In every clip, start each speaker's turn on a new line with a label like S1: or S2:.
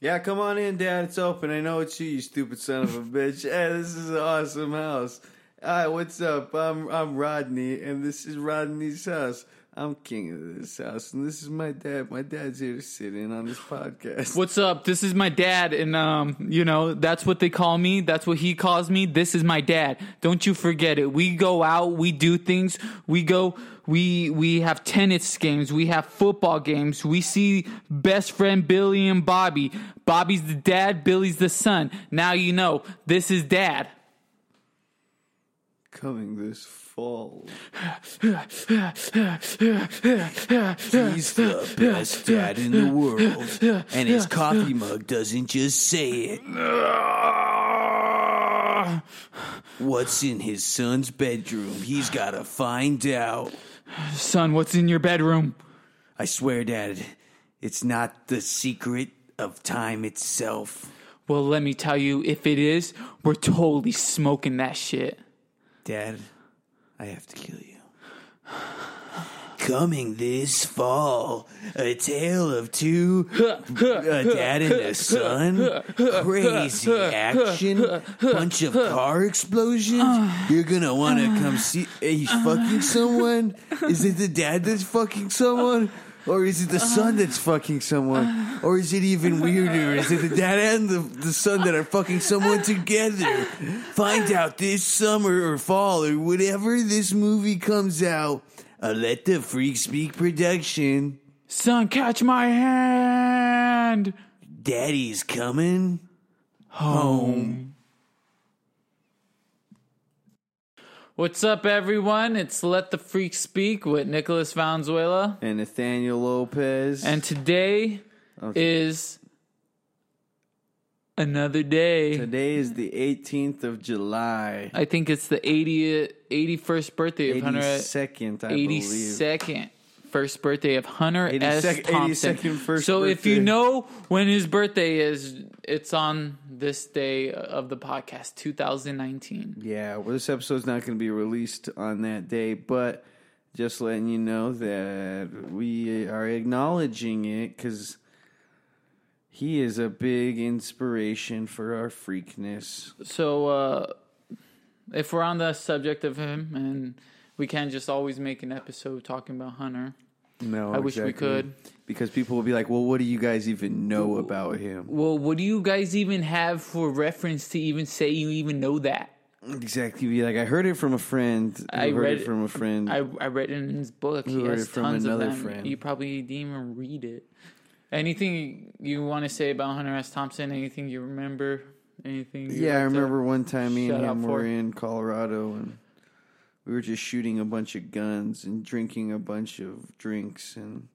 S1: Yeah, come on in, Dad. It's open. I know it's you, you stupid son of a bitch. Hey, this is an awesome house. Hi, what's up? I'm I'm Rodney, and this is Rodney's house. I'm king of this house, and this is my dad. My dad's here to sit in on this podcast.
S2: What's up? This is my dad, and um, you know that's what they call me. That's what he calls me. This is my dad. Don't you forget it. We go out, we do things. We go, we we have tennis games, we have football games. We see best friend Billy and Bobby. Bobby's the dad, Billy's the son. Now you know this is dad.
S1: Coming this fall. He's the best dad in the world, and his coffee mug doesn't just say it. What's in his son's bedroom? He's got to find out.
S2: Son, what's in your bedroom?
S1: I swear, Dad, it's not the secret of time itself.
S2: Well, let me tell you, if it is, we're totally smoking that shit.
S1: Dad, I have to kill you. Coming this fall, a tale of two a dad and a son, crazy action, bunch of car explosions. You're gonna want to come see. He's fucking someone. Is it the dad that's fucking someone? Or is it the son that's fucking someone? Or is it even weirder? Is it the dad and the, the son that are fucking someone together? Find out this summer or fall or whatever this movie comes out. A Let the Freak Speak production.
S2: Son, catch my hand.
S1: Daddy's coming.
S2: Home. What's up, everyone? It's Let the Freak Speak with Nicholas Valenzuela.
S1: And Nathaniel Lopez.
S2: And today is another day.
S1: today is the 18th of July.
S2: I think it's the 80th, 81st birthday of Hunter.
S1: 82nd, I believe.
S2: 82nd first birthday of Hunter S.
S1: 82nd
S2: Thompson.
S1: 82nd first
S2: so if you
S1: birthday.
S2: know when his birthday is, it's on this day of the podcast, 2019.
S1: Yeah, well, this episode's not going to be released on that day, but just letting you know that we are acknowledging it because he is a big inspiration for our freakness.
S2: So uh, if we're on the subject of him, and we can't just always make an episode talking about Hunter.
S1: No,
S2: I wish we could.
S1: because people will be like, "Well, what do you guys even know about him?"
S2: Well, what do you guys even have for reference to even say you even know that?
S1: Exactly. Be like, "I heard it from a friend. I,
S2: I
S1: heard
S2: read
S1: it
S2: it-
S1: from a friend."
S2: I, I read it in his book. He
S1: Who heard
S2: has
S1: it from
S2: tons of
S1: another
S2: them.
S1: friend.
S2: You probably didn't even read it. Anything you want to say about Hunter S. Thompson? Anything you remember? Anything? you
S1: Yeah, I
S2: like to-
S1: remember one time me and
S2: shut up
S1: him
S2: for
S1: were
S2: it.
S1: in Colorado and we were just shooting a bunch of guns and drinking a bunch of drinks and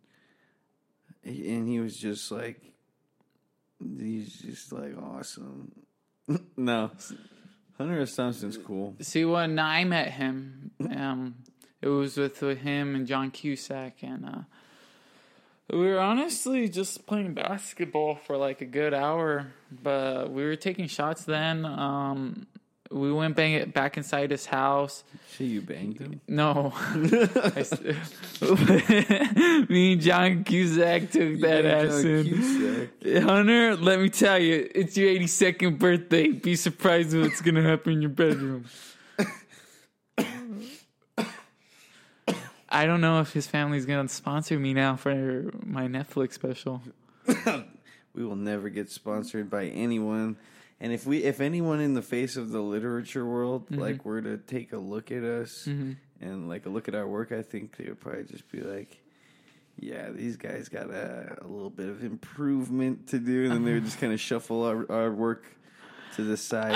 S1: and he was just like he's just like awesome. no. Hunter S. Thompson's cool.
S2: See, when I met him, um, it was with him and John Cusack, and uh, we were honestly just playing basketball for like a good hour. But we were taking shots then. Um, we went bang- back inside his house.
S1: Shit, you banged him.
S2: No. I s- me and John Cusack took that ass in. Hunter, let me tell you, it's your 82nd birthday. Be surprised at what's going to happen in your bedroom. I don't know if his family's going to sponsor me now for my Netflix special.
S1: We will never get sponsored by anyone. And if we if anyone in the face of the literature world
S2: Mm-hmm.
S1: like were to take a look at us and like a look at our work, I think they would probably just be like, Yeah, these guys got a, a little bit of improvement to do and then they would just kinda shuffle our, our work to the side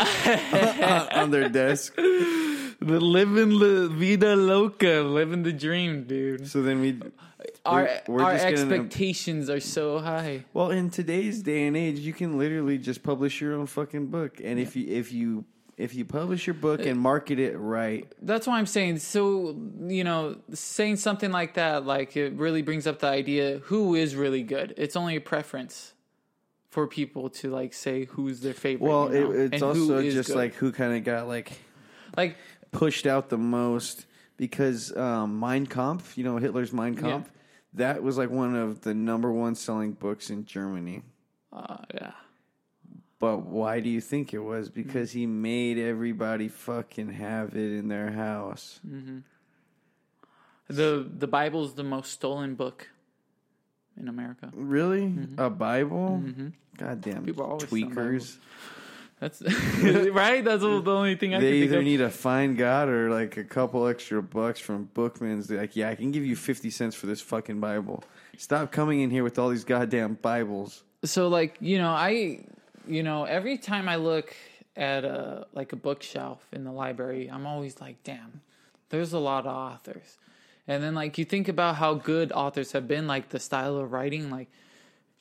S1: on, on their desk.
S2: The living la vida loca, living the dream, dude.
S1: So then we
S2: Our,
S1: we're
S2: our
S1: just gonna-
S2: expectations are so high.
S1: Well, in today's day and age, you can literally just publish your own fucking book, and if you if you if you publish your book and market it right,
S2: that's why I'm saying. So you know, saying something like that, like it really brings up the idea who is really good. It's only a preference for people to like say who's their favorite.
S1: well,
S2: you know,
S1: it, it's
S2: and who
S1: also
S2: is
S1: just
S2: good.
S1: like who kind of got like
S2: like
S1: pushed out the most because um, Mein Kampf, you know Hitler's Mein Kampf, that was like one of the number one selling books in Germany.
S2: I Uh, yeah.
S1: But why do you think it was?
S2: Mm-hmm.
S1: Because he made everybody fucking have it in their house.
S2: Mm-hmm. The the Bible's the most stolen book in America.
S1: Really? A Bible? Goddamn
S2: Mm-hmm. People always sell
S1: tweakers.
S2: That's right. That's the only thing I
S1: They
S2: can think
S1: either
S2: of.
S1: need to find God or like a couple extra bucks from Bookman's. They're like, yeah, I can give you 50 cents for this fucking Bible. Stop coming in here with all these goddamn Bibles.
S2: so like you know i you know every time i look at a like a bookshelf in the library i'm always like damn there's a lot of authors and then like you think about how good authors have been like the style of writing like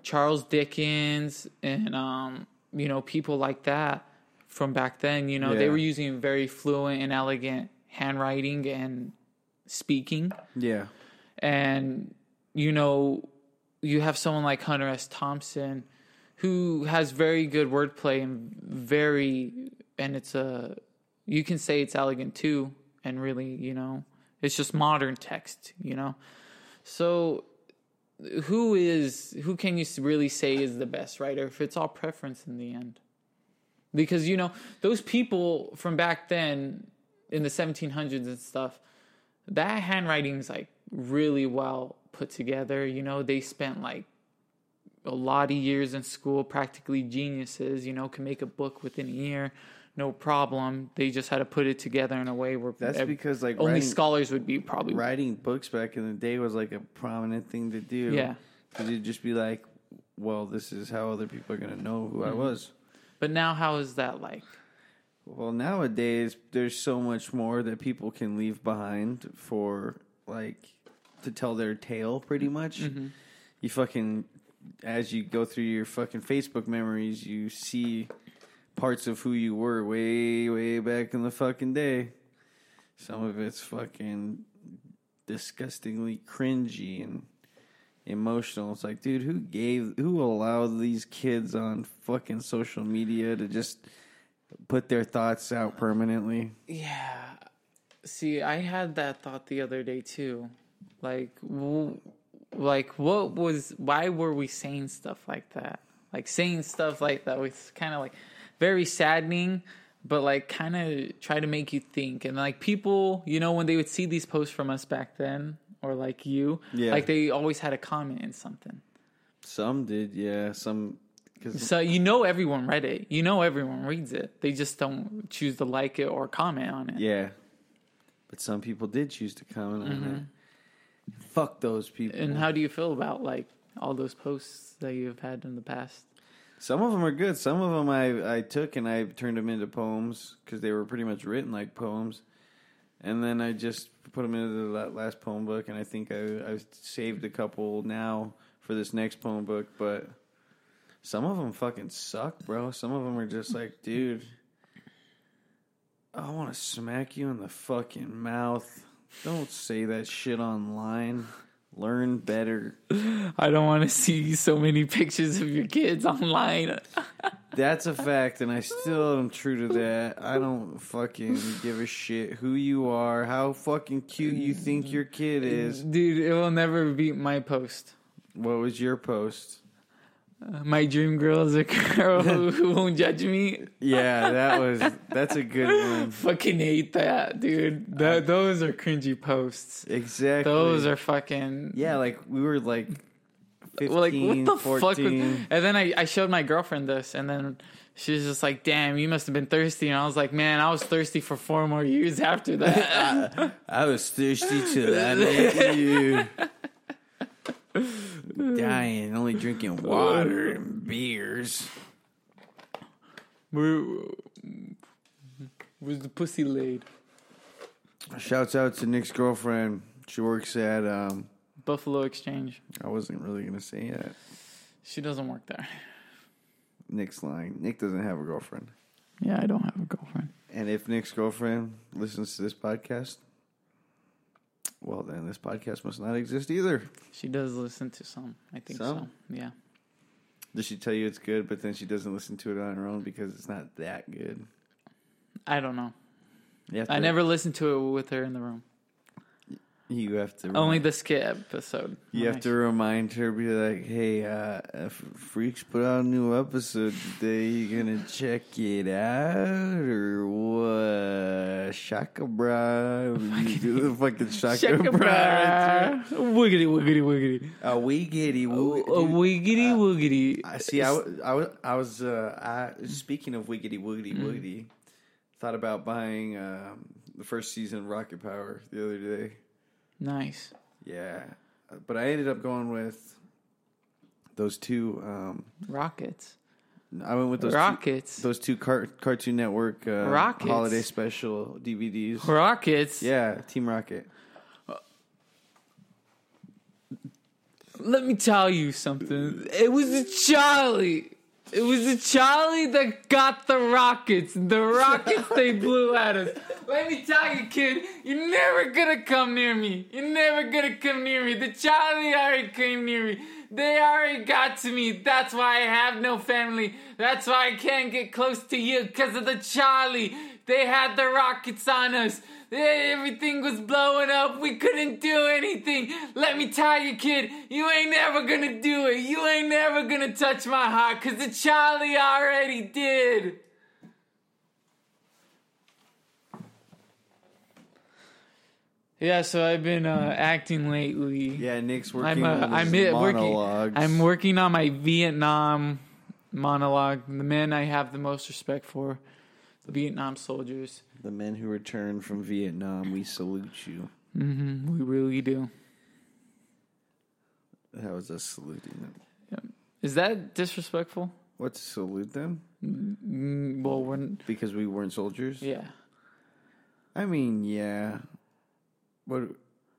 S2: charles dickens and um you know people like that from back then you know they
S1: Yeah.
S2: were using very fluent and elegant handwriting and speaking
S1: Yeah.
S2: and you know you have someone like Hunter S. Thompson who has very good wordplay and very and it's a you can say it's elegant too and really you know it's just modern text you know so who is who can you really say is the best writer if it's all preference in the end because you know those people from back then in the 1700s and stuff that handwriting's like really well put together you know they spent like a lot of years in school practically geniuses you know can make a book within a year no problem they just had to put it together in a way where
S1: That's because, like,
S2: only
S1: writing-
S2: scholars would be probably
S1: Writing books back in the day was like a prominent thing to do.
S2: Yeah.
S1: Because you'd just be like, well, this is how other people are going to know who
S2: Mm-hmm.
S1: I was.
S2: but now how is that like
S1: Well, nowadays there's so much more that people can leave behind for like to tell their tale pretty much. You fucking as you go through your fucking Facebook memories, you see parts of who you were way way back in the fucking day. Some of it's fucking disgustingly cringy and emotional. It's like, dude, who gave who allowed these kids on fucking social media to just put their thoughts out permanently.
S2: Yeah. See, I had that thought the other day too. Like, w- like what was? Why were we saying stuff like that? Like saying stuff like that was kind of like very saddening, but like kind of try to make you think. And like people, you know, when they would see these posts from us back then, or like you,
S1: Yeah.
S2: like they always had a comment in something.
S1: Some did, yeah. Some because
S2: So you know everyone read it. You know everyone reads it. They just don't choose to like it or comment on it.
S1: yeah, but some people did choose to comment on it. Fuck those people.
S2: And how do you feel about like all those posts that you've had in the past?
S1: some of them are good. Some of them I I took and I turned them into poems because they were pretty much written like poems. And then I just put them into the la- last poem book, and I think I I saved a couple now for this next poem book. But some of them fucking suck, bro. Some of them are just like, dude, I want to smack you in the fucking mouth. Don't say that shit online. Learn better.
S2: I don't want to see so many pictures of your kids online.
S1: That's a fact, and I still am true to that. I don't fucking give a shit who you are, how fucking cute you think your kid is.
S2: Dude, it will never beat my post.
S1: What was your post?
S2: My dream girl is a girl who, who won't judge me.
S1: Yeah, that was that's a good one.
S2: Fucking hate that, dude. Th- those are cringy posts.
S1: Exactly.
S2: Those are fucking.
S1: yeah, like we were like 15,
S2: Well, like what the fuck? was-
S1: 14.
S2: And then I, I showed my girlfriend this, and then she was just like, "Damn, you must have been thirsty." And I was like, "Man, I was thirsty for four more years after that."
S1: I was thirsty till I met you. Dying, only drinking water and beers.
S2: Where
S1: uh,
S2: was the pussy laid?
S1: Shouts out to Nick's girlfriend. She works at um
S2: Buffalo Exchange.
S1: I wasn't really gonna say that.
S2: She doesn't work there.
S1: Nick's lying. Nick doesn't have a girlfriend.
S2: Yeah, I don't have a girlfriend.
S1: And if Nick's girlfriend listens to this podcast, well then this podcast must not exist either.
S2: She does listen to some. I think so.
S1: Some?
S2: Yeah.
S1: Does she tell you it's good, but then she doesn't listen to it on her own because it's not that good?
S2: I don't know.
S1: You have
S2: I
S1: to-
S2: never listened to it with her in the room.
S1: You have to
S2: Only the skit episode.
S1: You have to remind her, be like, hey, uh, if Freaks put out a new episode today. You gonna check it out or what? Shaka bra. You do the fucking shaka
S2: Check
S1: bra.
S2: a bra. Wiggity, wiggity, wiggity.
S1: A wee giddy.
S2: W- A wiggity, wiggity.
S1: Uh, I see. I, wa- I was. I was. Uh, I speaking of wiggity wiggity wiggity, thought about buying um, the first season of Rocket Power the other day.
S2: Nice.
S1: Yeah, but I ended up going with those two. Um,
S2: Rockets.
S1: I went with those
S2: Rockets.
S1: Two, those two car- Cartoon Network uh,
S2: Rockets.
S1: holiday special DVDs.
S2: Rockets.
S1: Yeah, Team Rocket.
S2: Let me tell you something. It was a Charlie. It was a Charlie that got the rockets. The rockets they blew at us. Let me tell you, kid, you're never gonna come near me. You're never gonna come near me. The Charlie already came near me. They already got to me. That's why I have no family. That's why I can't get close to you because of the Charlie. They had the rockets on us. Everything was blowing up. We couldn't do anything. Let me tell you, kid, you ain't never gonna do it. You ain't never gonna touch my heart, cause the Charlie already did. Yeah, so I've been uh, acting lately.
S1: Yeah, Nick's
S2: I'm
S1: working
S2: uh,
S1: on
S2: I'm
S1: his
S2: hit, working.
S1: monologues.
S2: I'm working on my Vietnam monologue. The men I have the most respect for, the Vietnam soldiers.
S1: the men who returned from Vietnam. We salute you.
S2: Mm, We really do.
S1: That was us saluting them.
S2: Is that disrespectful?
S1: What to salute them?
S2: Mm, Well, we're n-
S1: Because we weren't soldiers.
S2: yeah.
S1: I mean, yeah. But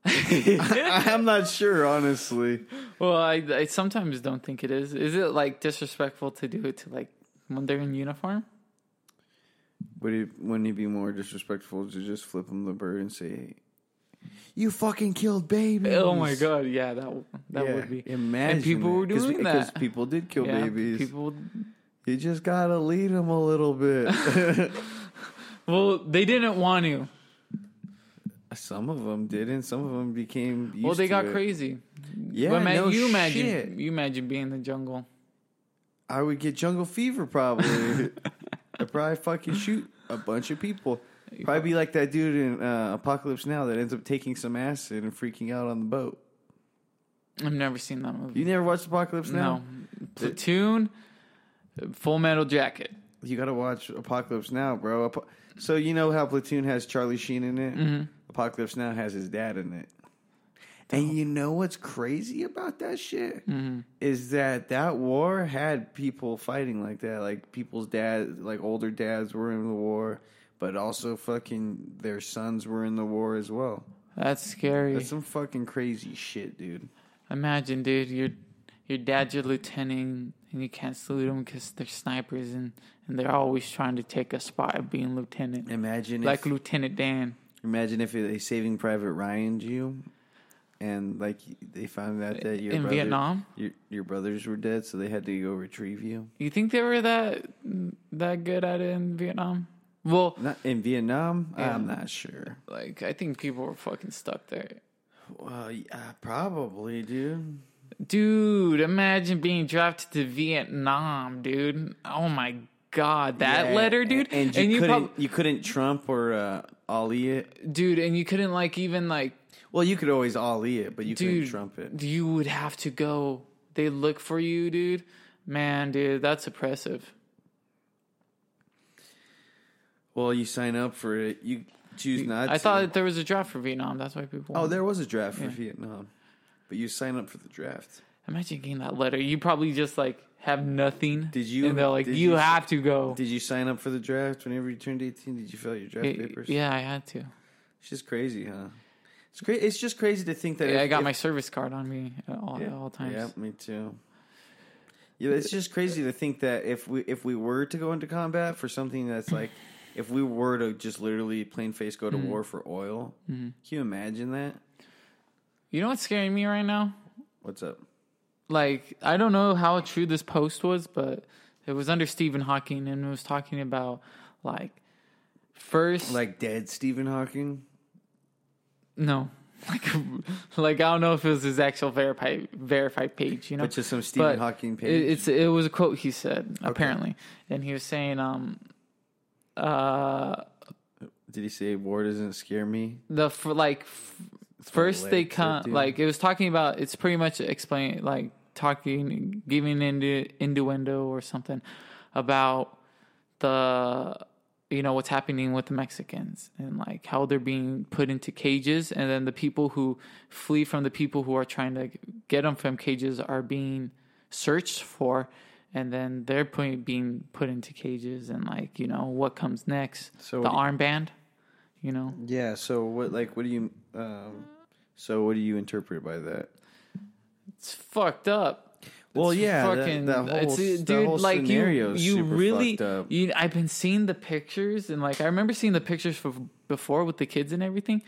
S1: I, I'm not sure, honestly.
S2: Well, I, I sometimes don't think it is. Is it like disrespectful to do it to like when they're in uniform?
S1: Would it, wouldn't it be more disrespectful to just flip him the bird and say, "You fucking killed babies"?
S2: Oh my god, yeah, that w- that
S1: Yeah,
S2: would be.
S1: Imagine
S2: And people were doing
S1: because
S2: that.
S1: people did kill
S2: Yeah,
S1: babies.
S2: people.
S1: You just gotta lead them a little bit.
S2: Well, they didn't want to.
S1: some of them didn't. Some of them became. Used
S2: Well, they
S1: to
S2: got
S1: it.
S2: crazy.
S1: Yeah,
S2: Well, ma-
S1: no
S2: you imagine
S1: shit.
S2: you imagine being in the jungle.
S1: I would get jungle fever probably. I'd probably fucking shoot a bunch of people. Probably be like that dude in uh, Apocalypse Now that ends up taking some acid and freaking out on the boat.
S2: I've never seen that movie.
S1: You never watched Apocalypse Now?
S2: no, Platoon, Full Metal Jacket.
S1: You gotta watch Apocalypse Now, bro. Apo- so you know how Platoon has Charlie Sheen in it?
S2: Mm-hmm.
S1: Apocalypse Now has his dad in it. And you know what's crazy about that shit
S2: Mm-hmm.
S1: is that that war had people fighting like that, like people's dads, like older dads were in the war, but also fucking their sons were in the war as well.
S2: That's scary.
S1: That's some fucking crazy shit, dude.
S2: Imagine, dude, your your dad's your lieutenant, and you can't salute them because they're snipers, and, and they're always trying to take a spot of being lieutenant,
S1: Imagine
S2: like
S1: if,
S2: Lieutenant Dan.
S1: imagine if they Saving Private Ryan you, and like they found out that your
S2: In
S1: brother-
S2: Vietnam?
S1: your your brothers were dead, so they had to go retrieve you.
S2: You think they were that that good at it in Vietnam? Well,
S1: Not in Vietnam.
S2: Yeah.
S1: I'm not sure.
S2: like I think people were fucking stuck there.
S1: Well, yeah, probably, dude.
S2: Dude, imagine being drafted to Vietnam, dude. Oh my god, that
S1: Yeah,
S2: letter, dude.
S1: And, and you, couldn't
S2: prob-
S1: you couldn't Trump or uh, ollie it.
S2: dude, and you couldn't like even like
S1: Well, you could always ollie it, but you
S2: dude,
S1: couldn't Trump it.
S2: you would have to go. They look for you, dude. Man, dude, that's oppressive.
S1: Well, you sign up for it. You choose not.
S2: I
S1: to.
S2: thought that there was a draft for Vietnam. That's why people.
S1: Oh, there was a draft for Vietnam, but you sign up for the draft.
S2: Imagine getting that letter. You probably just like have nothing.
S1: Did you-
S2: And they're like,
S1: did
S2: you,
S1: you-
S2: have to go.
S1: Did you sign up for the draft whenever you turned 18? Did you fill out your draft papers?
S2: yeah, I had to.
S1: It's just crazy, huh? It's cra- It's just crazy to think that
S2: Yeah,
S1: if-
S2: I got
S1: if-
S2: my service card on me at all, at
S1: yeah,
S2: all times.
S1: Yeah, me too. Yeah, it's just crazy to think that if we if we were to go into combat for something that's like, if we were to just literally plain face go to
S2: Mm-hmm.
S1: war for oil, can you imagine that?
S2: You know what's scaring me right now?
S1: What's up?
S2: like I don't know how true this post was, but it was under Stephen Hawking and it was talking about like first
S1: Like dead Stephen Hawking?
S2: no like like I don't know if it was his actual verified verified page, you know,
S1: But just some Stephen Hawking page.
S2: It, it's it was a quote he said apparently, and he was saying um uh
S1: Did he say war doesn't scare me?
S2: the f- like f- first they
S1: related,
S2: come
S1: dude.
S2: like it was talking about it's pretty much explain like talking giving into innuendo or something about the you know what's happening with the Mexicans and like how they're being put into cages and then the people who flee from the people who are trying to get them from cages are being searched for and then they're putting, being put into cages and like you know what comes next
S1: So
S2: the
S1: what do
S2: armband you know
S1: Yeah. So what? Like, what do you? Um, so what do you interpret by that?
S2: it's fucked up.
S1: Well,
S2: It's
S1: yeah, that-
S2: fucking
S1: that whole
S2: it's,
S1: s- that
S2: dude.
S1: whole
S2: like you,
S1: scenario is
S2: you
S1: super
S2: really.
S1: fucked up.
S2: You, I've been seeing the pictures, and like I remember seeing the pictures from before with the kids and everything.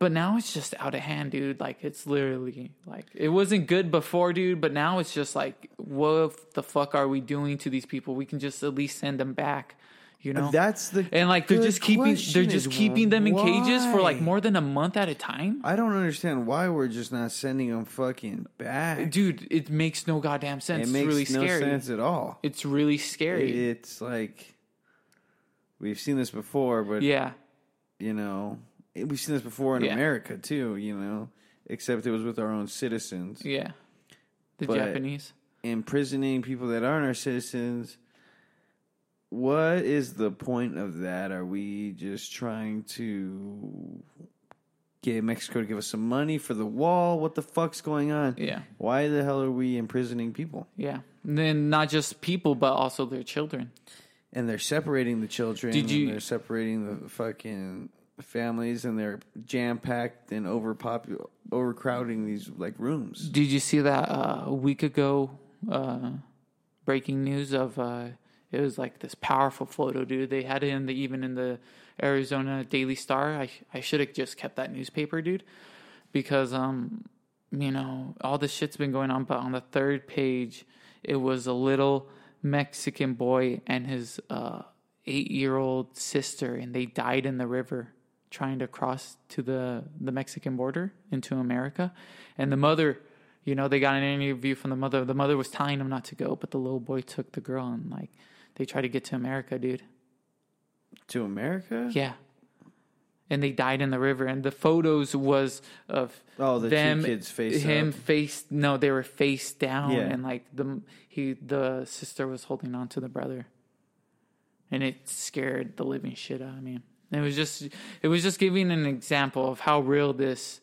S2: But now it's just out of hand, dude. Like it's literally like it wasn't good before, dude. But now it's just like, what the fuck are we doing to these people? We can just at least send them back, you know.
S1: That's the
S2: and like they're
S1: good
S2: just keeping they're
S1: question
S2: just
S1: is
S2: keeping them in cages for like
S1: why?
S2: more than a month at a time.
S1: I don't understand why we're just not sending them fucking back.
S2: Dude, it makes no goddamn
S1: it
S2: sense.
S1: makes
S2: it's
S1: no
S2: really scary.
S1: sense at all.
S2: It's really scary.
S1: It's like we've seen this before, but
S2: yeah.
S1: you know, we've seen this before in
S2: Yeah.
S1: America too. You know, except it was with our own citizens.
S2: Yeah. The
S1: But-
S2: Japanese.
S1: imprisoning people that aren't our citizens. What is the point of that? Are we just trying to get Mexico to give us some money for the wall? What the fuck's going on?
S2: Yeah.
S1: Why the hell are we imprisoning people?
S2: Yeah. And then not just people, but also their children.
S1: And they're separating the children.
S2: Did you-
S1: And they're separating the fucking families, and they're jam packed and overpopu- overcrowding these like rooms.
S2: Did you see that uh, a week ago uh, breaking news of uh, it was like this powerful photo, dude. They had it in the even in the Arizona Daily Star. I I should have just kept that newspaper, dude, because um you know all this shit's been going on. But on the third page, it was a little Mexican boy and his uh, eight year old sister, and they died in the river trying to cross to the, the Mexican border into America. And the mother, you know, they got an interview from the mother. The mother was telling them not to go, but the little boy took the girl and like they tried to get to America, dude.
S1: To America?
S2: Yeah. And they died in the river. And the photos was of
S1: Oh, the two
S2: them,
S1: kids face
S2: him
S1: up.
S2: face. No, they were face down,
S1: Yeah.
S2: and like the he the sister was holding on to the brother, and it scared the living shit out of me. And it was just it was just giving an example of how real this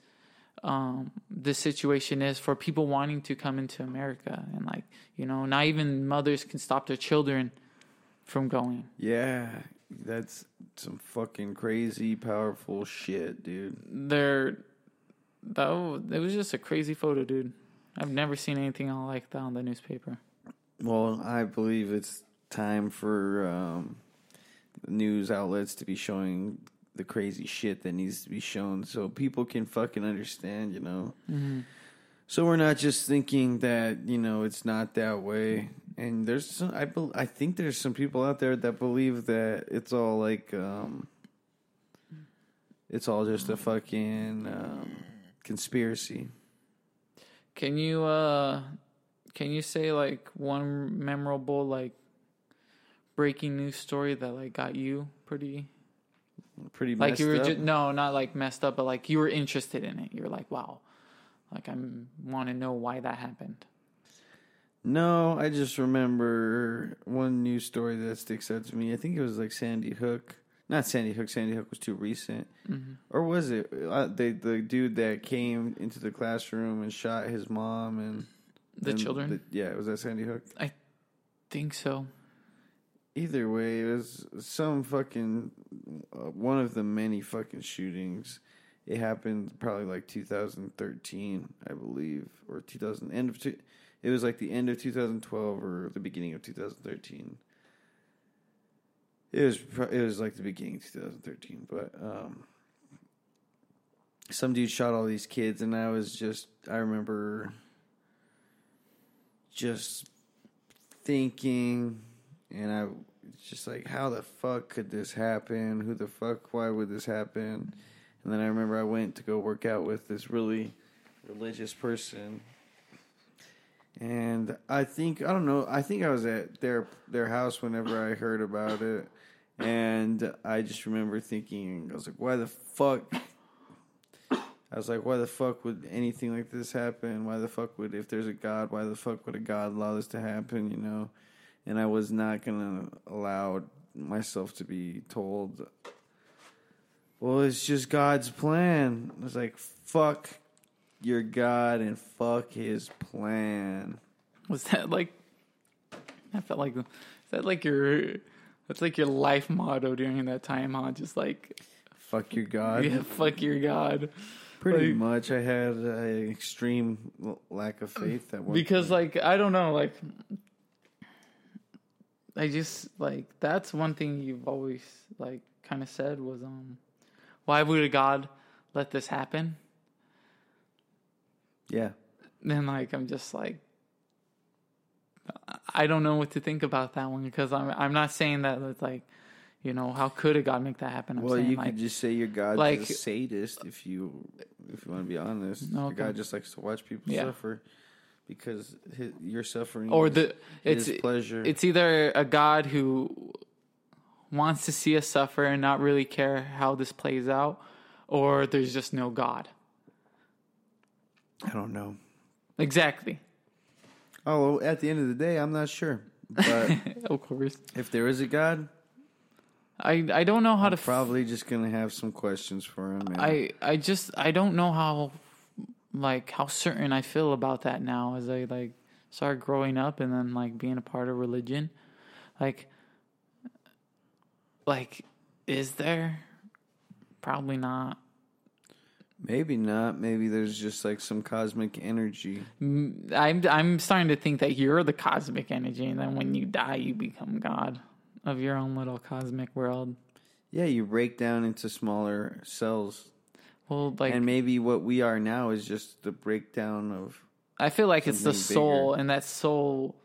S2: um this situation is for people wanting to come into America and like you know not even mothers can stop their children from going
S1: Yeah, that's some fucking crazy, powerful shit, dude.
S2: they're that wa- it was just a crazy photo, dude. I've never seen anything all like that on the newspaper.
S1: Well, I believe it's time for um, news outlets to be showing the crazy shit that needs to be shown so people can fucking understand, you know?
S2: Mm-hmm.
S1: So we're not just thinking that, you know, it's not that way. And there's some, I, bel I think there's some people out there that believe that it's all like, um, it's all just a fucking um, conspiracy.
S2: Can you uh can you say like one memorable like breaking news story that like got you pretty
S1: pretty
S2: like
S1: messed
S2: you were
S1: up.
S2: just no not like messed up but like you were interested in it. You're like wow, like I want to know why that happened.
S1: no, I just remember one news story that sticks out to me. I think it was like Sandy Hook. Not Sandy Hook. Sandy Hook was too recent,
S2: Mm-hmm.
S1: or was it? Uh, they, the dude that came into the classroom and shot his mom and
S2: The
S1: and
S2: children,
S1: the- yeah, was that Sandy Hook?
S2: I think so.
S1: Either way, it was some fucking uh, one of the many fucking shootings. It happened probably like 2013, I believe, or 2000 end of two, it was like the end of 2012 or the beginning of 2013. It was pro- it was like the beginning of 2013, but um some dude shot all these kids and I was just I remember just thinking and I it's just like how the fuck could this happen? Who the fuck why would this happen? And And then I remember I went to go work out with this really religious person. And I think I don't know, I think I was at their their house whenever I heard about it. And I just remember thinking, I was like, why the fuck I was like, why the fuck would anything like this happen? Why the fuck would, if there's a God, why the fuck would a God allow this to happen, you know? And I was not going to allow myself to be told, well, it's just God's plan. I was like, fuck your God and fuck his plan.
S2: Was that like? I felt like is that like your that's like your life motto during that time, huh? Just like
S1: Fuck your God.
S2: yeah, fuck your god.
S1: Pretty
S2: Like-
S1: much. I had an extreme l- lack of faith at one
S2: because like I don't know, like I just like that's one thing you've always like kind of said was um why would a god let this happen?
S1: Yeah.
S2: Then like I'm just like I- I don't know what to think about that one because I'm I'm not saying that it's like you know how could a god make that happen? I'm
S1: Well,
S2: saying
S1: you
S2: like
S1: could just say your God's
S2: like-
S1: a sadist if you if you want to be honest. Your
S2: Okay.
S1: God just likes to watch people
S2: Yeah.
S1: suffer because his, your suffering
S2: or
S1: is
S2: the
S1: his
S2: it's
S1: pleasure.
S2: it's either a god who wants to see us suffer and not really care how this plays out or there's just no god
S1: I don't know.
S2: exactly
S1: Oh, well, at the end of the day, I'm not sure. But
S2: of course
S1: if there is a God,
S2: i i don't know how to f-
S1: probably just gonna have some questions for him. and-
S2: i i just i don't know how like how certain i feel about that now as i like started growing up and then like being a part of religion like like is there probably not
S1: maybe not. Maybe there's just like some cosmic energy.
S2: I'm I'm starting to think that you're the cosmic energy, and then when you die, you become God of your own little cosmic world.
S1: Yeah, you break down into smaller cells,
S2: Well, like
S1: and maybe what we are now is just the breakdown of
S2: I feel like it's the
S1: something
S2: soul, and that soul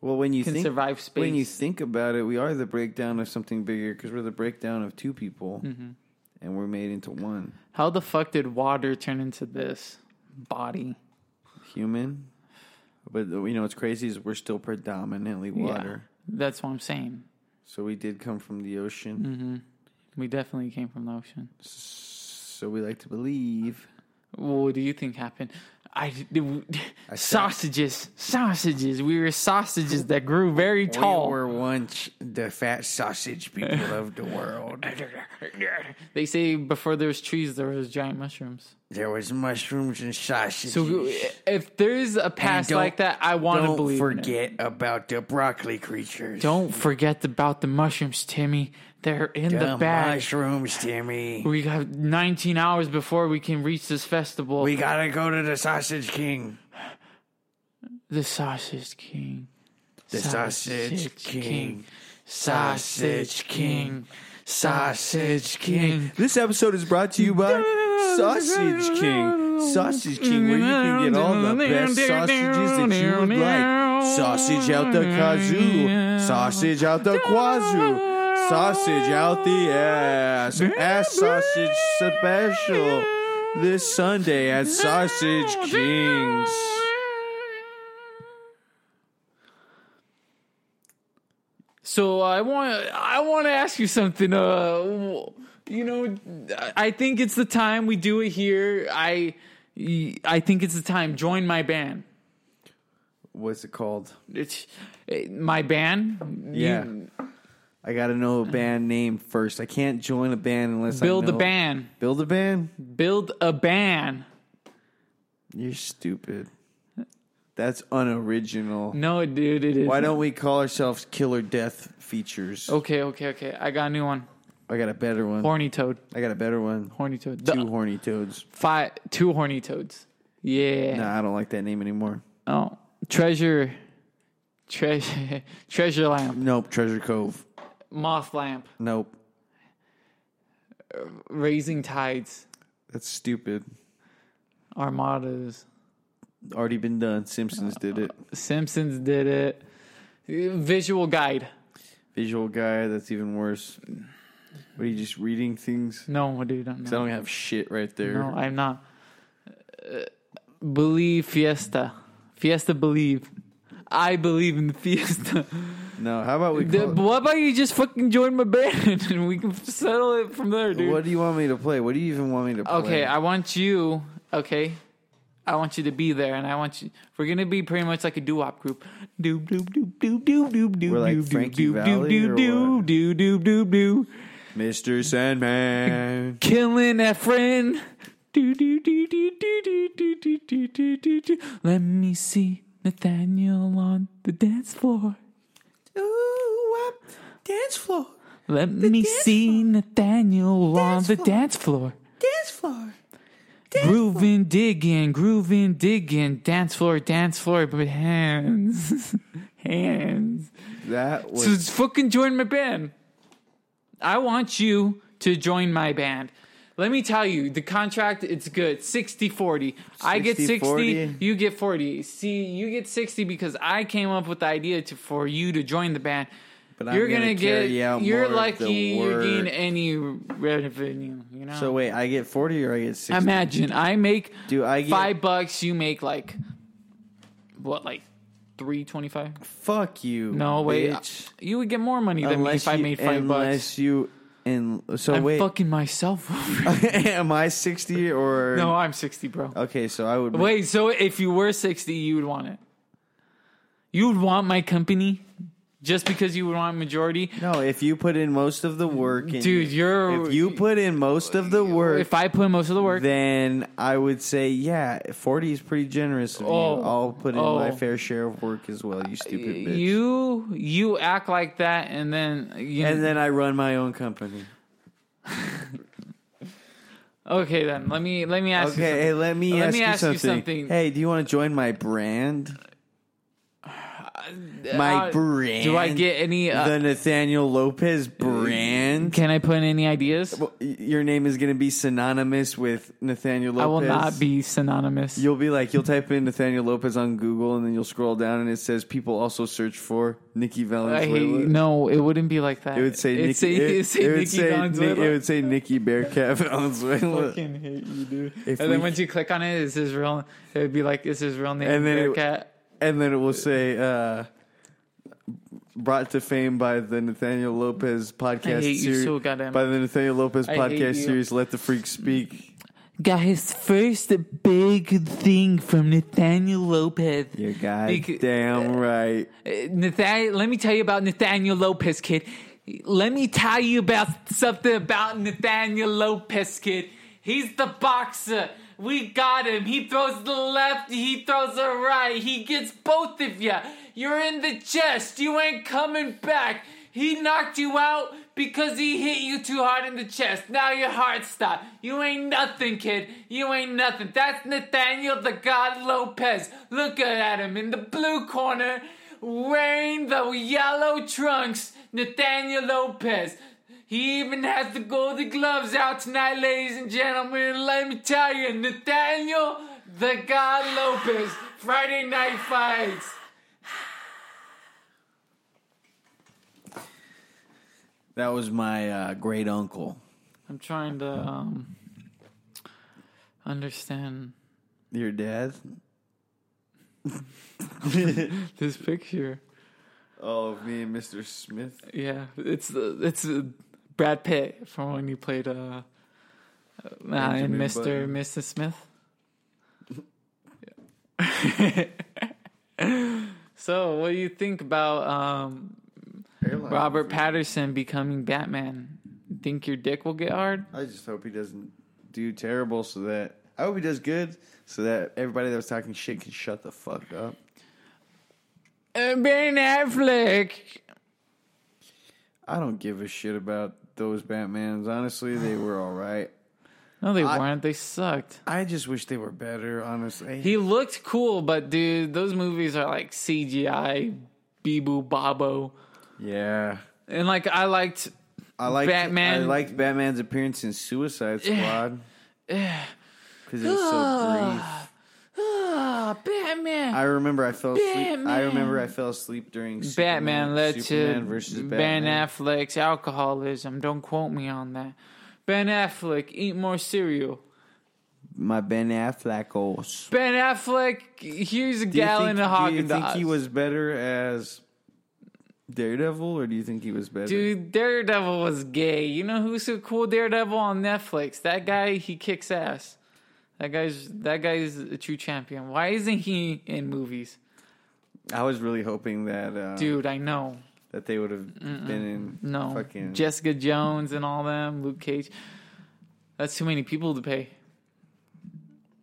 S1: Well, when you
S2: can
S1: think
S2: survive space.
S1: when you think about it, we are the breakdown of something bigger because we're the breakdown of two people,
S2: Mm-hmm.
S1: and we're made into one
S2: How the fuck did water turn into this body?
S1: human. But you know what's crazy is we're still predominantly water,
S2: Yeah, that's what I'm saying. Mm-hmm.
S1: so we did come from the ocean.
S2: We definitely came from the ocean.
S1: So we like to believe.
S2: What do you think happened? I, sausages, sausages. We were sausages that grew very tall.
S1: We were once the fat sausage people of the world.
S2: They say before there was trees, there was giant mushrooms.
S1: There was mushrooms and sausages.
S2: So if there's a past
S3: don't-
S2: like that, I want to
S3: Don't
S2: believe. in it.
S3: forget about the broccoli creatures.
S2: Don't forget about the mushrooms, Timmy. They're in the
S3: The
S2: bag.
S3: mushrooms, Timmy.
S2: we have 19 hours before we can reach this festival.
S3: We gotta go to the Sausage King.
S2: the Sausage King.
S3: The Sausage, King.
S2: Sausage King. Sausage King.
S1: Mm. This episode is brought to you by Sausage King. Sausage King, where you can get all the best sausages that you would like. Sausage out the kazoo. Sausage out the quazoo. Sausage out the ass. Ass sausage special. This Sunday at Sausage King's.
S2: So I want I want to ask you something. Uh, you know, I think it's the time we do it here. I I think it's the time. Join my band.
S1: What's it called?
S2: It's eh, my band.
S1: Yeah. I gotta know a band name first. I can't join a band unless I
S2: Build a
S1: know-
S2: band.
S1: Build a band?
S2: Build a band.
S1: You're stupid. That's unoriginal.
S2: No, dude, it Oh. is.
S1: Why don't we call ourselves Killer Death Features?
S2: Okay, okay, okay. I got a new one.
S1: I got a better one.
S2: Horny toad.
S1: I got a better one.
S2: Horny toad.
S1: Two
S2: The,
S1: horny toads.
S2: five, two horny toads. Yeah.
S1: Nah, I don't like that name anymore.
S2: Oh, treasure, treasure, treasure lamp,
S1: Nope. Treasure Cove.
S2: moth lamp,
S1: Nope.
S2: raising tides,
S1: That's stupid.
S2: armadas.
S1: Already been done. Simpsons did it.
S2: Simpsons did it. Visual guide.
S1: Visual guy. That's even worse. What are you just reading things?
S2: No, dude, I'm
S1: 'Cause I
S2: not.
S1: don't have shit right there.
S2: Mm. No, I'm not. Uh, believe Fiesta. Fiesta believe. I believe in Fiesta.
S1: No, how about we?
S2: The-
S1: Call,
S2: what about you just fucking join my band and we can settle it from there, dude?
S1: what do you want me to play? What do you even want me to play?
S2: Okay, I want you. Okay, I want you to be there, and I want you. We're gonna be pretty much like a doo wop group. Doo doo doo doo doo doo doo
S1: We're like
S2: doo
S1: Frankie
S2: doo doo
S1: Valli
S2: doo
S1: or
S2: doo
S1: what?
S2: doo doo doo doo.
S1: Mr. Sandman.
S2: Killing that friend. Do do do do do do do do do do do do. Let me see Nathaniel on the dance floor.
S3: Ooh, I'm dance floor,
S2: Let me see Nathaniel on
S3: Dance
S2: the
S3: floor.
S2: dance floor.
S3: dance floor.
S2: Grooving, digging, grooving, digging, dance floor, dance floor, but hands, hands.
S1: That was
S2: So just fucking join my band. I want you to join my band. Let me tell you, the contract it's good. 60 40. I get 60,
S1: 60-40.
S2: you get 40. See, you get 60 because I came up with the idea to, for you to join the band.
S1: But I'm
S2: you're
S1: gonna
S2: gonna
S1: carry
S2: get
S1: out
S2: you're
S1: more of the
S2: lucky you gain
S1: work.
S2: any revenue, you know.
S1: So wait, I get forty or I get sixty?
S2: Imagine I make
S1: Do I get
S2: five bucks, you make like what, like three twenty five?
S1: Fuck you.
S2: No, wait,
S1: bitch.
S2: you would get more money than
S1: Unless
S2: me if I
S1: you-
S2: made five
S1: unless
S2: bucks.
S1: you and so
S2: I'm
S1: wait,
S2: fucking myself over.
S1: am I sixty or
S2: no, I'm sixty, bro.
S1: Okay, so I would
S2: Wait, so if you were sixty, you would want it. You would want my company just because you would want majority.
S1: No, if you put in most of the work, and
S2: Dude, you're-
S1: if you put in most of the work,
S2: If I put in most of the work,
S1: then I would say, yeah, forty is pretty generous. Of
S2: Oh,
S1: you. I'll put in my
S2: oh.
S1: fair share of work as well. You stupid bitch.
S2: you you act like that, and then you
S1: and then I run my own company.
S2: okay, then let me let me ask. you
S1: Okay,
S2: something.
S1: hey, let me,
S2: Let
S1: ask,
S2: me
S1: you,
S2: ask you
S1: something.
S2: something.
S1: Hey, do you want to join my brand? My
S2: Uh,
S1: brand.
S2: Do I get any? Uh,
S1: the Nathaniel Lopez brand?
S2: can I put in any ideas?
S1: Well, y- Your name is going to be synonymous with Nathaniel Lopez.
S2: I will not be synonymous.
S1: You'll be like, you'll type in Nathaniel Lopez on Google, and then you'll scroll down, and it says people also search for Nikki
S2: I
S1: Valenzuela.
S2: hate, no, it wouldn't be like that.
S1: It would say
S2: it'd
S1: Nikki.
S2: Say,
S1: it,
S2: it'd say
S1: it would
S2: Nikki
S1: say Ni-
S2: Valenzuela.
S1: It would say Nikki Bearcat Valenzuela.
S2: fucking hate you, dude.
S1: If
S2: and then
S1: we-
S2: once you click on it, it's his real. It would be like it's his real name.
S1: And then it-
S2: Bearcat.
S1: and then it will say uh, brought to fame by the Nathaniel Lopez podcast
S2: I hate you
S1: series
S2: so goddamn
S1: by the Nathaniel Lopez
S2: I hate
S1: podcast
S2: you.
S1: series Let the Freak Speak.
S2: Got his first big thing from Nathaniel Lopez.
S1: You're
S2: Beca-
S1: goddamn right.
S2: Nathaniel, Uh, let me tell you about Nathaniel Lopez, kid. Let me tell you about something about Nathaniel Lopez, kid. He's the boxer. We got him. He throws the left, he throws the right. He gets both of you. You're in the chest. You ain't coming back. He knocked you out because he hit you too hard in the chest. Now your heart stopped. You ain't nothing, kid. You ain't nothing. That's Nathaniel the God Lopez. Look at him in the blue corner wearing the yellow trunks, Nathaniel Lopez. He even has the golden gloves out tonight, ladies and gentlemen. Let me tell you, Nathaniel the God Lopez, Friday Night Fights.
S1: That was my uh, great uncle.
S2: I'm trying to um, understand
S1: Your dad?
S2: this picture.
S1: Oh, me and Mr. Smith.
S2: Yeah, it's the it's uh, Brad Pitt from when he played uh, uh and
S1: Benjamin
S2: Mr.
S1: Button.
S2: Mr. Smith. so, what do you think about um,
S1: Airline
S2: Robert
S1: movie.
S2: Patterson becoming Batman? Think your dick will get hard?
S1: I just hope he doesn't do terrible so that I hope he does good so that everybody that was talking shit can shut the fuck up.
S2: Uh, ben Affleck.
S1: I don't give a shit about those Batmans. Honestly, they were all right.
S2: No, they
S1: I-
S2: weren't. They sucked.
S1: I just wish they were better, honestly.
S2: He looked cool, but dude, those movies are like CGI, Bibu Babo,
S1: yeah.
S2: and like I liked.
S1: I liked
S2: Batman-
S1: I liked Batman's appearance in Suicide Squad. Cuz it was so brief.
S2: oh, Batman.
S1: I remember I fell asleep. I
S2: Batman.
S1: remember I fell asleep during
S2: Batman
S1: Superman,
S2: led
S1: Superman
S2: to
S1: versus
S2: Ben
S1: Batman.
S2: Affleck's alcoholism. Don't quote me on that. Ben Affleck eat more cereal.
S1: My Ben Affleckos.
S2: Ben Affleck, here's a
S1: Do you
S2: gallon
S1: think-
S2: of
S1: Do you
S2: Haagen
S1: think he
S2: Dazs.
S1: was better as Daredevil, or do you think he was better?
S2: Dude, Daredevil was gay. You know who's a cool Daredevil on Netflix? That guy, he kicks ass. That guy's that guy's a true champion. Why isn't he in movies?
S1: I was really hoping that uh,
S2: Dude, I know.
S1: that they would have been in
S2: No.
S1: fucking
S2: Jessica Jones and all them, Luke Cage. That's too many people to pay.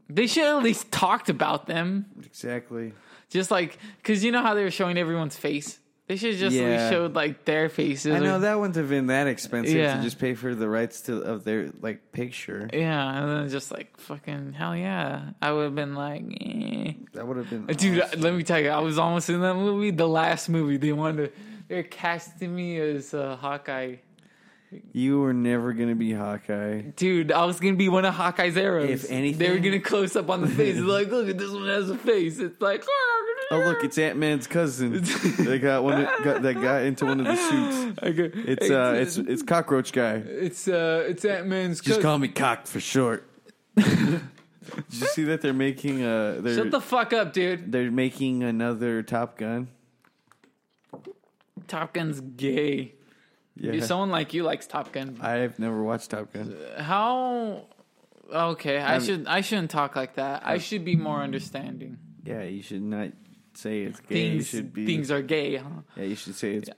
S2: They should at least talked about them.
S1: exactly.
S2: Just like, because you know how they were showing everyone's face? They should have just at least
S1: Yeah.
S2: showed like their faces.
S1: I
S2: or-
S1: know that wouldn't have been that expensive
S2: Yeah.
S1: to just pay for the rights to of their like picture.
S2: Yeah, and then just like fucking hell yeah, I would have been like, eh.
S1: That would have been
S2: dude.
S1: awesome.
S2: Let me tell you, I was almost in that movie, the last movie. They wanted, to, they're casting me as uh, Hawkeye,
S1: You were never gonna be Hawkeye.
S2: dude. I was gonna be one of Hawkeye's arrows.
S1: If anything-
S2: they were gonna close up on the face, like, look at this one has a face. It's like,
S1: Oh look, it's Ant Man's cousin. they got one that got, that got into one of the suits.
S2: Okay.
S1: It's uh, it's it's cockroach guy.
S2: it's uh, it's Ant Man's.
S3: Just
S2: cousin.
S3: call me cock for short.
S1: Did you see that they're making uh they're
S2: Shut the fuck up, dude.
S1: they're making another Top Gun?
S2: Top Gun's gay.
S1: Yeah,
S2: Dude, someone like you likes Top Gun.
S1: I've never watched Top Gun.
S2: How? Okay, I should I shouldn't talk like that. I should be more understanding.
S1: Yeah, you should not say it's gay. you
S2: Things
S1: should be
S2: things are gay, huh?
S1: Yeah, you should say it's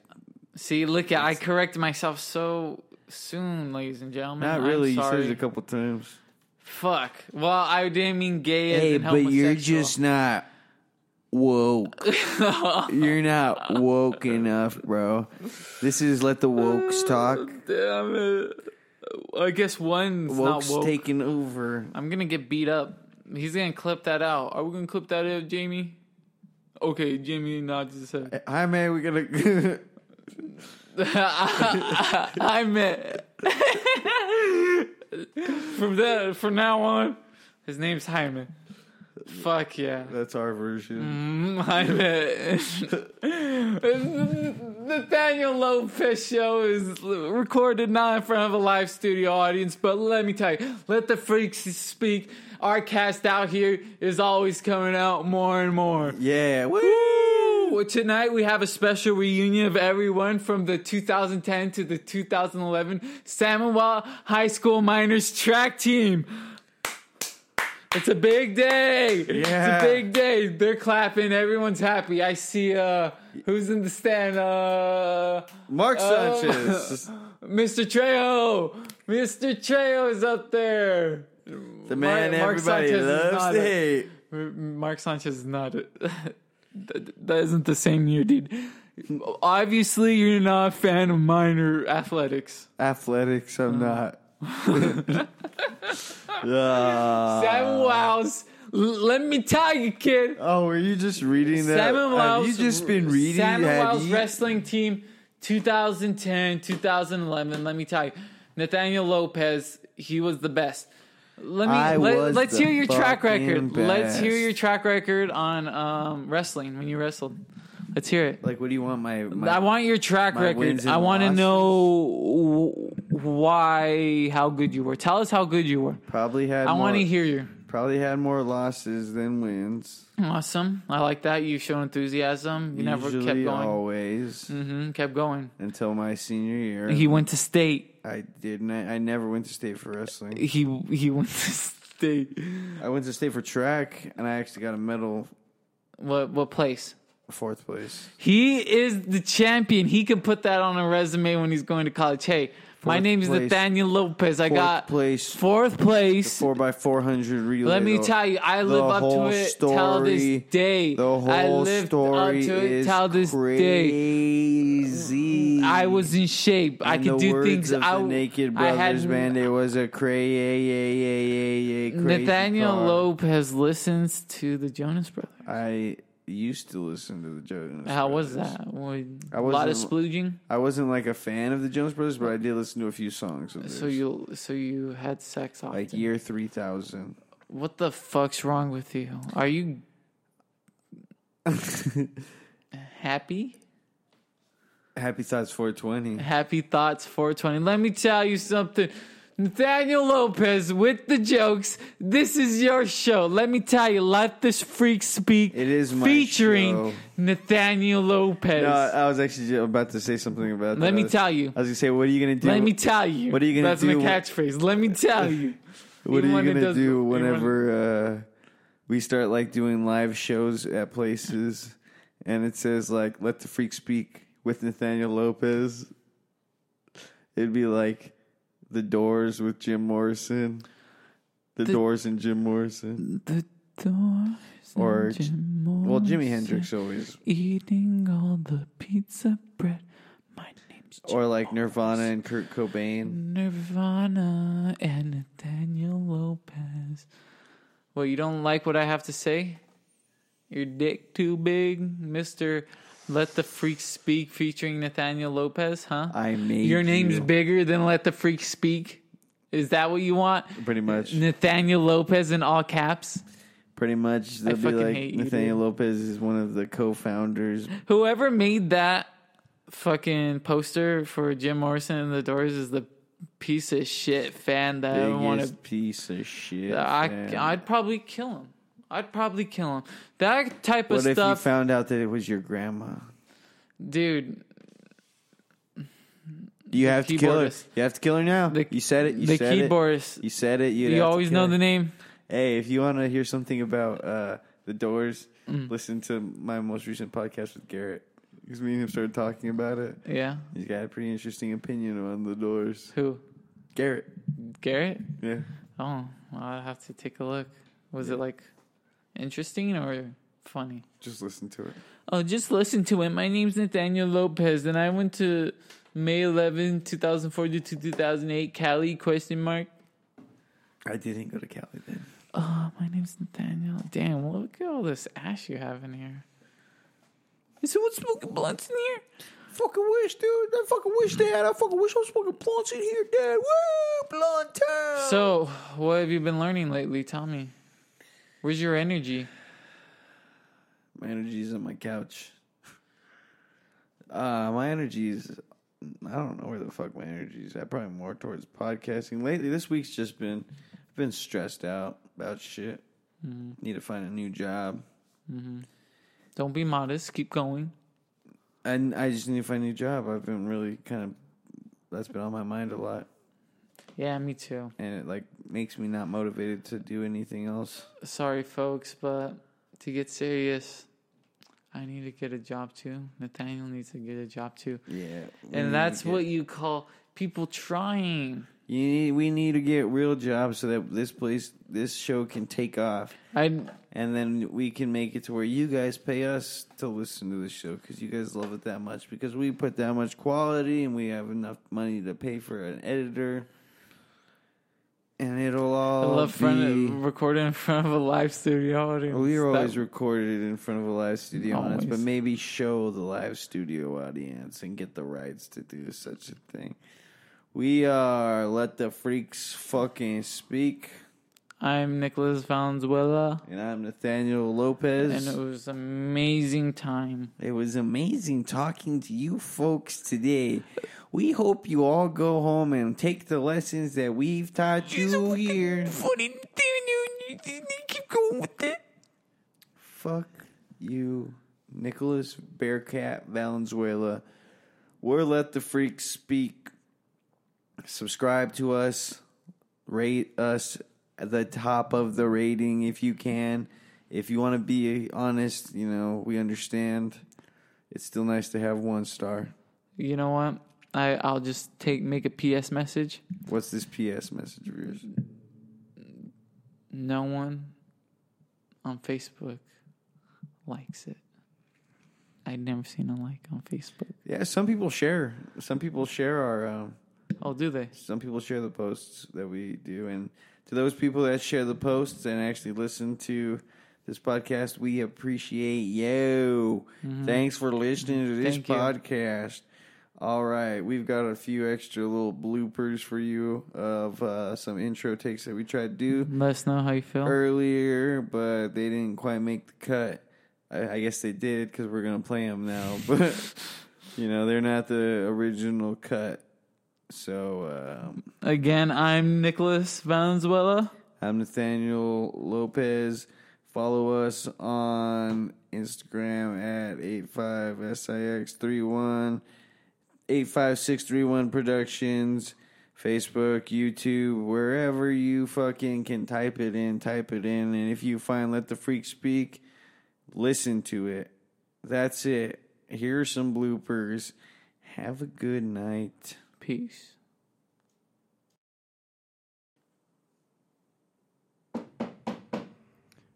S2: See, look at I correct myself so soon, ladies and gentlemen.
S1: not
S2: I'm
S1: really. You
S2: sorry.
S1: said it a couple times.
S2: Fuck. Well, I didn't mean gay as in homosexual.
S1: not woke. you're not woke enough, bro. This is let the wokes talk.
S2: Damn it. I guess one's
S1: Woke's
S2: not woke.
S1: taking over.
S2: I'm gonna get beat up. He's gonna clip that out. Are we gonna clip that out, Jamie? Okay, Jamie nods his head.
S1: Hi, man. We're gonna.
S2: I meant from that from now on, his name's Hyman. Fuck yeah,
S1: That's our version.
S2: Mm, Hyman. Nathaniel Lopez show is recorded not in front of a live studio audience, but let me tell you, let the freaks speak. Our cast out here is always coming out more and more.
S1: Yeah. Woo!
S2: Well, tonight we have a special reunion of everyone from the 2010 to the 2011 Samoa High School Minors track team. It's a big day.
S1: Yeah.
S2: It's a big day. They're clapping. Everyone's happy. I see uh who's in the stand? Uh
S1: Mark
S2: Oh.
S1: Sanchez,
S2: Mr. Trejo. Mr. Trejo is up there.
S1: the man
S2: Mark
S1: everybody
S2: Sanchez is
S1: loves
S2: not
S1: to
S2: a-
S1: hate.
S2: Mark Sanchez is not. A, that, that isn't the same year, dude. Obviously, you're not a fan of minor athletics.
S1: Athletics, I'm
S2: Mm.
S1: not. Ah.
S2: Simon Wells, l- let me tell you, kid.
S1: oh, were you just reading that?
S2: Simon
S1: uh, Have
S2: Wells.
S1: you just been reading?
S2: Simon
S1: Have
S2: Wells
S1: you-
S2: wrestling team, 2010, 2011. Let me tell you, Nathaniel Lopez, he was the best. Let me
S1: I
S2: let,
S1: was
S2: let's
S1: the
S2: hear your track
S1: fucking
S2: record. Let's hear
S1: best.
S2: your track record on um, wrestling when you wrestled. Let's hear it.
S1: Like, what do you want my? my
S2: I want your track
S1: my wins
S2: record.
S1: and
S2: I want to
S1: losses.
S2: know wh- why, how good you were. Tell us how good you were.
S1: probably had.
S2: I
S1: more-
S2: want to hear you.
S1: Probably had more losses than wins.
S2: Awesome. I like that. You showed enthusiasm. You never
S1: Usually,
S2: kept going.
S1: always
S2: hmm kept going.
S1: until my senior year.
S2: He went to state.
S1: I didn't. I, I never went to state for wrestling.
S2: He he went to state.
S1: I went to state for track, and I actually got a medal,
S2: What what place?
S1: fourth place.
S2: He is the champion. He can put that on a resume when he's going to college. Hey, my
S1: Fourth
S2: name is
S1: place.
S2: Nathaniel Lopez. I
S1: Fourth
S2: got
S1: place.
S2: fourth place.
S1: Four by four hundred relay.
S2: Let me
S1: though.
S2: tell you, I live up to
S1: whole
S2: it till this
S1: story-
S2: day.
S1: The whole
S2: I lived
S1: story
S2: up to it
S1: is
S2: till this day.
S1: crazy.
S2: I was in shape. I
S1: In
S2: could
S1: the
S2: do
S1: words
S2: things.
S1: Of
S2: I
S1: the Naked
S2: I
S1: Brothers
S2: had
S1: band. It was a crazy. crazy
S2: Nathaniel
S1: car.
S2: Lopez listens to the Jonas Brothers.
S1: I used to listen to the Jonas.
S2: How was
S1: Brothers.
S2: that? Would-
S1: I
S2: A lot of
S1: wasn't-
S2: splooging.
S1: I wasn't like a fan of the Jonas Brothers, but I did listen to a few songs. Of
S2: So
S1: theirs.
S2: you so you had sex often.
S1: like year three thousand.
S2: What the fuck's wrong with you? Are you happy?
S1: Happy Thoughts 420.
S2: Happy Thoughts 420. Let me tell you something. Nathaniel Lopez with the jokes. This is your show. Let me tell you, let this freak speak.
S1: It is my
S2: featuring
S1: show.
S2: Nathaniel Lopez.
S1: No, I was actually about to say something about that.
S2: Let me
S1: I was-
S2: tell you.
S1: I was going to say, what are you going to do?
S2: Let me tell you.
S1: What are you gonna
S2: That's
S1: do
S2: my
S1: when-
S2: catchphrase. Let me tell you.
S1: What are
S2: Even
S1: you
S2: when it
S1: going to
S2: does-
S1: do
S2: even when-
S1: whenever uh, we start like doing live shows at places and it says like, let the freak speak with Nathaniel Lopez? It'd be like The Doors with Jim Morrison. The, Doors and Jim Morrison.
S2: The doors
S1: Or-
S2: and Jim
S1: Well, Jimi
S2: Morrison
S1: Hendrix always.
S2: eating all the pizza bread. My name's Jim
S1: Or like Nirvana and Kurt Cobain.
S2: Nirvana and Nathaniel Lopez. Well, you don't like what I have to say? Your dick too big, Mister. Let the freak speak, featuring Nathaniel Lopez, huh?
S1: I made
S2: Your name's
S1: you.
S2: bigger than Let the Freak Speak. Is that what you want?
S1: Pretty much.
S2: Nathaniel Lopez in all caps.
S1: Pretty much, they'll be
S2: fucking
S1: like
S2: hate you,
S1: Nathaniel Lopez is one of the co-founders.
S2: Whoever made that fucking poster for Jim Morrison and the Doors is the piece of shit fan that I
S1: Biggest
S2: want to.
S1: piece of shit. fan.
S2: I I'd probably kill him. I'd probably kill him. That type
S1: what
S2: of
S1: if you
S2: stuff,
S1: found out that it was your grandma?
S2: dude.
S1: You have to kill her.
S2: keyboardist.
S1: You have to kill her now.
S2: The-
S1: you said it. You
S2: the
S1: said
S2: keyboardist.
S1: it. You said it. You'd
S2: You,
S1: have to
S2: always
S1: kill
S2: know
S1: her.
S2: the name.
S1: Hey, if you want to hear something about uh, the Doors,
S2: Mm.
S1: listen to my most recent podcast with Garrett. Because me and him started talking about it.
S2: Yeah.
S1: He's got a pretty interesting opinion on the Doors.
S2: Who?
S1: Garrett.
S2: Garrett?
S1: Yeah.
S2: Oh, well, I'll have to take a look. Was it like interesting or funny?
S1: Just listen to it.
S2: Oh, just listen to it. My name's Nathaniel Lopez, and I went to May 11, 2004 to 2008, Cali, question mark.
S1: I didn't go to Cali then.
S2: Oh, my name's Nathaniel. Damn, look at all this ash you have in here. Is someone smoking blunts in here?
S3: Fucking wish, dude. I fucking wish, Dad. I fucking wish I was fucking plants in here, Dad. Woo! Blonde town.
S2: So, what have you been learning lately? Tell me. Where's your energy?
S1: My energy's on my couch. Uh, my energy's. I don't know where the fuck my energy's at. Probably more towards podcasting lately. This week's just been, I've been stressed out about shit.
S2: Mm-hmm.
S1: Need to find a new job,
S2: Don't be modest. Keep going.
S1: and I just need to find a new job. I've been really kind of, that's been on my mind a lot,
S2: Yeah, me too.
S1: and it like makes me not motivated to do anything else.
S2: Sorry, folks, but to get serious, I need to get a job too. Nathaniel needs to get a job too.
S1: Yeah,
S2: And that's what you call people trying.
S1: you need, we need to get real jobs so that this place, this show can take off.
S2: I
S1: and then we can make it to where you guys pay us to listen to the show because you guys love it that much because we put that much quality and we have enough money to pay for an editor and it'll
S2: I
S1: all
S2: love front
S1: be,
S2: of, recording in front of a live studio audience.
S1: we were
S2: That-
S1: always recorded in front of a live studio audience but
S2: Always.
S1: maybe show the live studio audience and get the rights to do such a thing we are let the freaks fucking speak
S2: I'm Nicholas Valenzuela,
S1: and i'm nathaniel lopez
S2: and it was amazing time.
S1: It was amazing talking to you folks today. We hope you all go home and take the lessons that we've taught you here.
S2: Funny Nathaniel, keep going with it.
S1: Fuck you, Nicholas Bearcat Valenzuela. We're Let the Freaks Speak. Subscribe to us. Rate us at the top of the rating if you can. If you want to be honest, you know, we understand. It's still nice to have one star.
S2: You know what? I I'll just take make a PS message.
S1: What's this PS message of yours?
S2: No one on Facebook likes it. I'd never seen a like on Facebook.
S1: Yeah, some people share. Some people share our. Um,
S2: Oh, do they?
S1: some people share the posts that we do, and to those people that share the posts and actually listen to this podcast, we appreciate Mm-hmm. you. Thanks for listening to this
S2: Thank you.
S1: podcast. All right, we've got a few extra little bloopers for you of uh, some intro takes that we tried to do
S2: Let us know how you feel.
S1: earlier, but they didn't quite make the cut. I, I guess they did because we're gonna play them now, but you know they're not the original cut. So um,
S2: Again, I'm Nicholas Valenzuela.
S1: I'm Nathaniel Lopez. Follow us on Instagram at 85SIX31, 85631 Productions, Facebook, YouTube, wherever you fucking can type it in, type it in. And if you find Let the Freak Speak, listen to it. That's it. Here are some bloopers. Have a good night.
S2: Peace.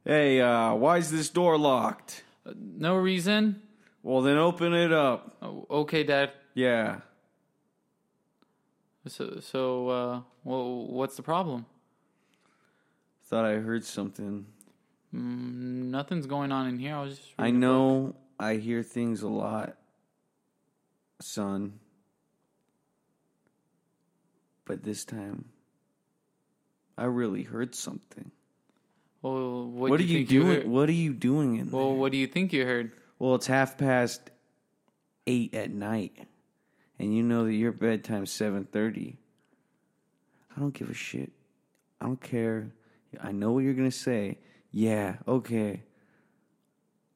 S1: Hey, uh, why is this door locked?
S2: No reason.
S1: Well, then open it up.
S2: Oh, okay, Dad.
S1: Yeah.
S2: So, so uh, wha- what's the problem?
S1: Thought I heard something.
S2: Mm, nothing's going on in here. I was just.
S1: I know I hear things a lot, son. But this time, I really heard something.
S2: Well, what,
S1: What
S2: do
S1: are you
S2: think
S1: doing?
S2: heard?
S1: what are you doing in
S2: Well,
S1: there?
S2: what do you think you heard?
S1: Well, it's half past eight at night, and you know that your bedtime's seven thirty. I don't give a shit. I don't care. I know what you're gonna say. Yeah, okay.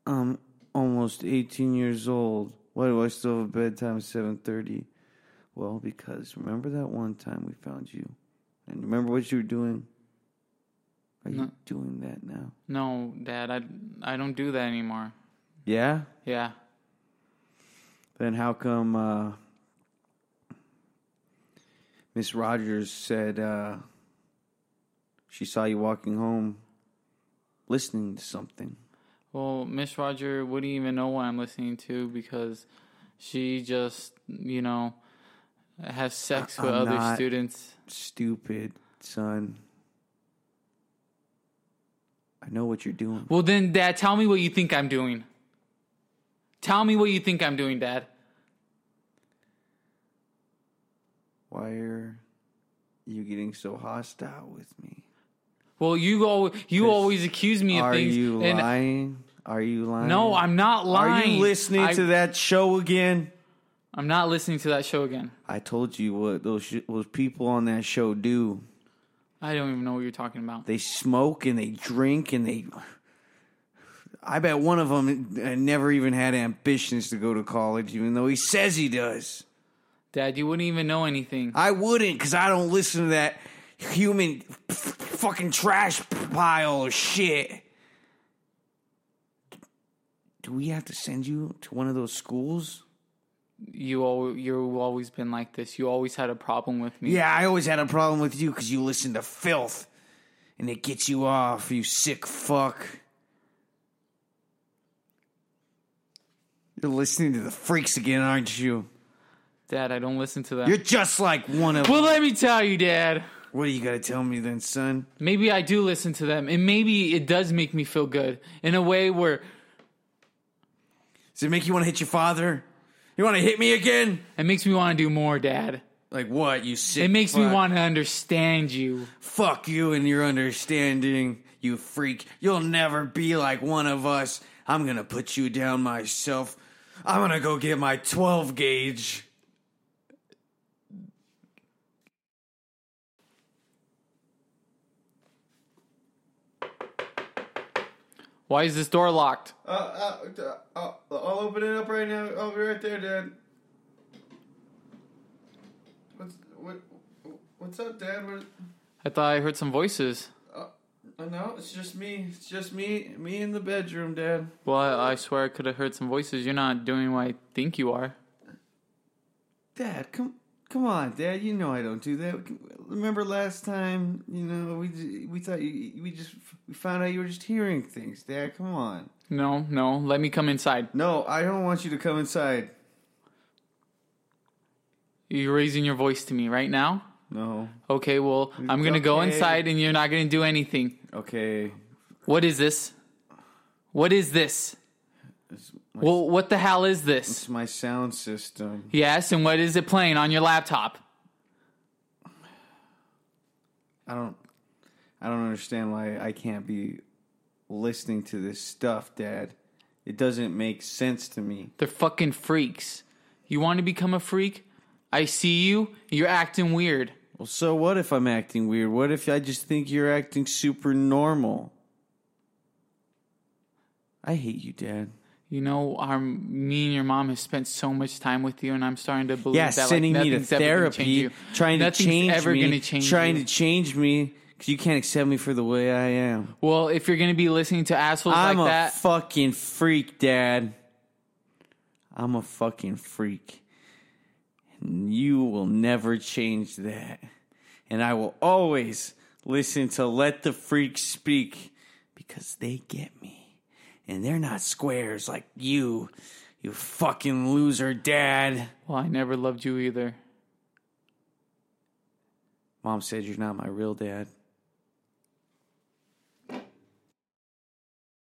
S1: I'm almost eighteen years old. Why do I still have a bedtime at seven thirty? Well, because remember that one time we found you, and remember what you were doing. Are you
S2: No.
S1: doing that now?
S2: No, Dad. I I don't do that anymore.
S1: Yeah.
S2: Yeah.
S1: Then how come uh, Miss Rogers said uh, she saw you walking home listening to something?
S2: Well, Miss Roger wouldn't even know what I'm listening to because she just, you know, has sex
S1: I-
S2: with
S1: I'm
S2: other
S1: not-
S2: students.
S1: Stupid son. I know what you're doing.
S2: Well, then, Dad, tell me what you think I'm doing. Tell me what you think I'm doing, Dad.
S1: Why are you getting so hostile with me?
S2: Well, you go. You always accuse me of
S1: Are
S2: things.
S1: you
S2: and
S1: lying? Are you lying?
S2: No, I'm not
S1: Are
S2: lying.
S1: you listening
S2: I,
S1: to that show again?
S2: I'm not listening to that show again.
S1: I told you what those sh- those people on that show do.
S2: I don't even know what you're talking about.
S1: they smoke and they drink and they i bet one of them never even had ambitions to go to college even though he says he does
S2: Dad, you wouldn't even know anything.
S1: i wouldn't because i don't listen to that human f- fucking trash pile of shit do we have to send you to one of those schools
S2: You al- you've always been like this. You always had a problem with me.
S1: yeah i always had a problem with you because you listen to filth and it gets you off you sick fuck You're listening to the freaks again, aren't you?
S2: Dad, I don't listen to that.
S1: You're just like one of.
S2: well, let me tell you, Dad.
S1: What do you got to tell me then, son?
S2: Maybe I do listen to them, and maybe it does make me feel good in a way where,
S1: Does it make you want to hit your father? You want to hit me again?
S2: It makes me want to do more, Dad.
S1: Like what? You sick.
S2: It makes me
S1: fuck.
S2: want to understand you.
S1: Fuck you and your understanding, you freak. You'll never be like one of us. I'm gonna put you down myself. I'm gonna go get my 12 gauge.
S2: Why is this door locked?
S1: Uh, uh, uh, I'll, I'll open it up right now. I'll be right there, Dad. What's what? What's up, Dad? What?
S2: I thought I heard some voices.
S1: Uh, no, it's just me. It's just me. Me in the bedroom, Dad.
S2: Well, I, I swear I could have heard some voices. You're not doing what I think you are.
S1: Dad, come, come on, Dad. You know I don't do that. We can- Remember last time? You know we j- we thought you, we just we found out you were just hearing things, Dad. Come on.
S2: No, no. Let me come inside.
S1: No, I don't want you to come inside.
S2: You're raising your voice to me right now.
S1: No.
S2: Okay, well, I'm gonna go
S1: okay.
S2: inside, and you're not gonna do anything.
S1: Okay.
S2: What is this? What is this?
S1: It's
S2: Well, what the hell is this?
S1: It's my sound system.
S2: Yes, and what is it playing on your laptop?
S1: I don't. I don't understand why I can't be listening to this stuff, Dad. It doesn't make sense to me.
S2: They're fucking freaks. You want to become a freak? I see you. You're acting weird.
S1: Well, so what if I'm acting weird? What if I just think you're acting super normal? I hate you, Dad.
S2: You know, our me and your mom have spent so much time with you, and I'm starting to believe
S1: Yeah,
S2: that
S1: sending
S2: like,
S1: me to
S2: nothing's ever gonna change
S1: therapy,
S2: you.
S1: trying to
S2: Nothing's
S1: change
S2: ever
S1: me,
S2: gonna change
S1: trying
S2: you.
S1: to change me because you can't accept me for the way I am.
S2: Well, if you're gonna be listening to assholes
S1: I'm
S2: like
S1: a
S2: that,
S1: fucking freak, Dad. I'm a fucking freak. And you will never change that. And I will always listen to Let the Freaks Speak because they get me. And they're not squares like you, you fucking loser, Dad.
S2: well, I never loved you either.
S1: Mom said you're not my real dad.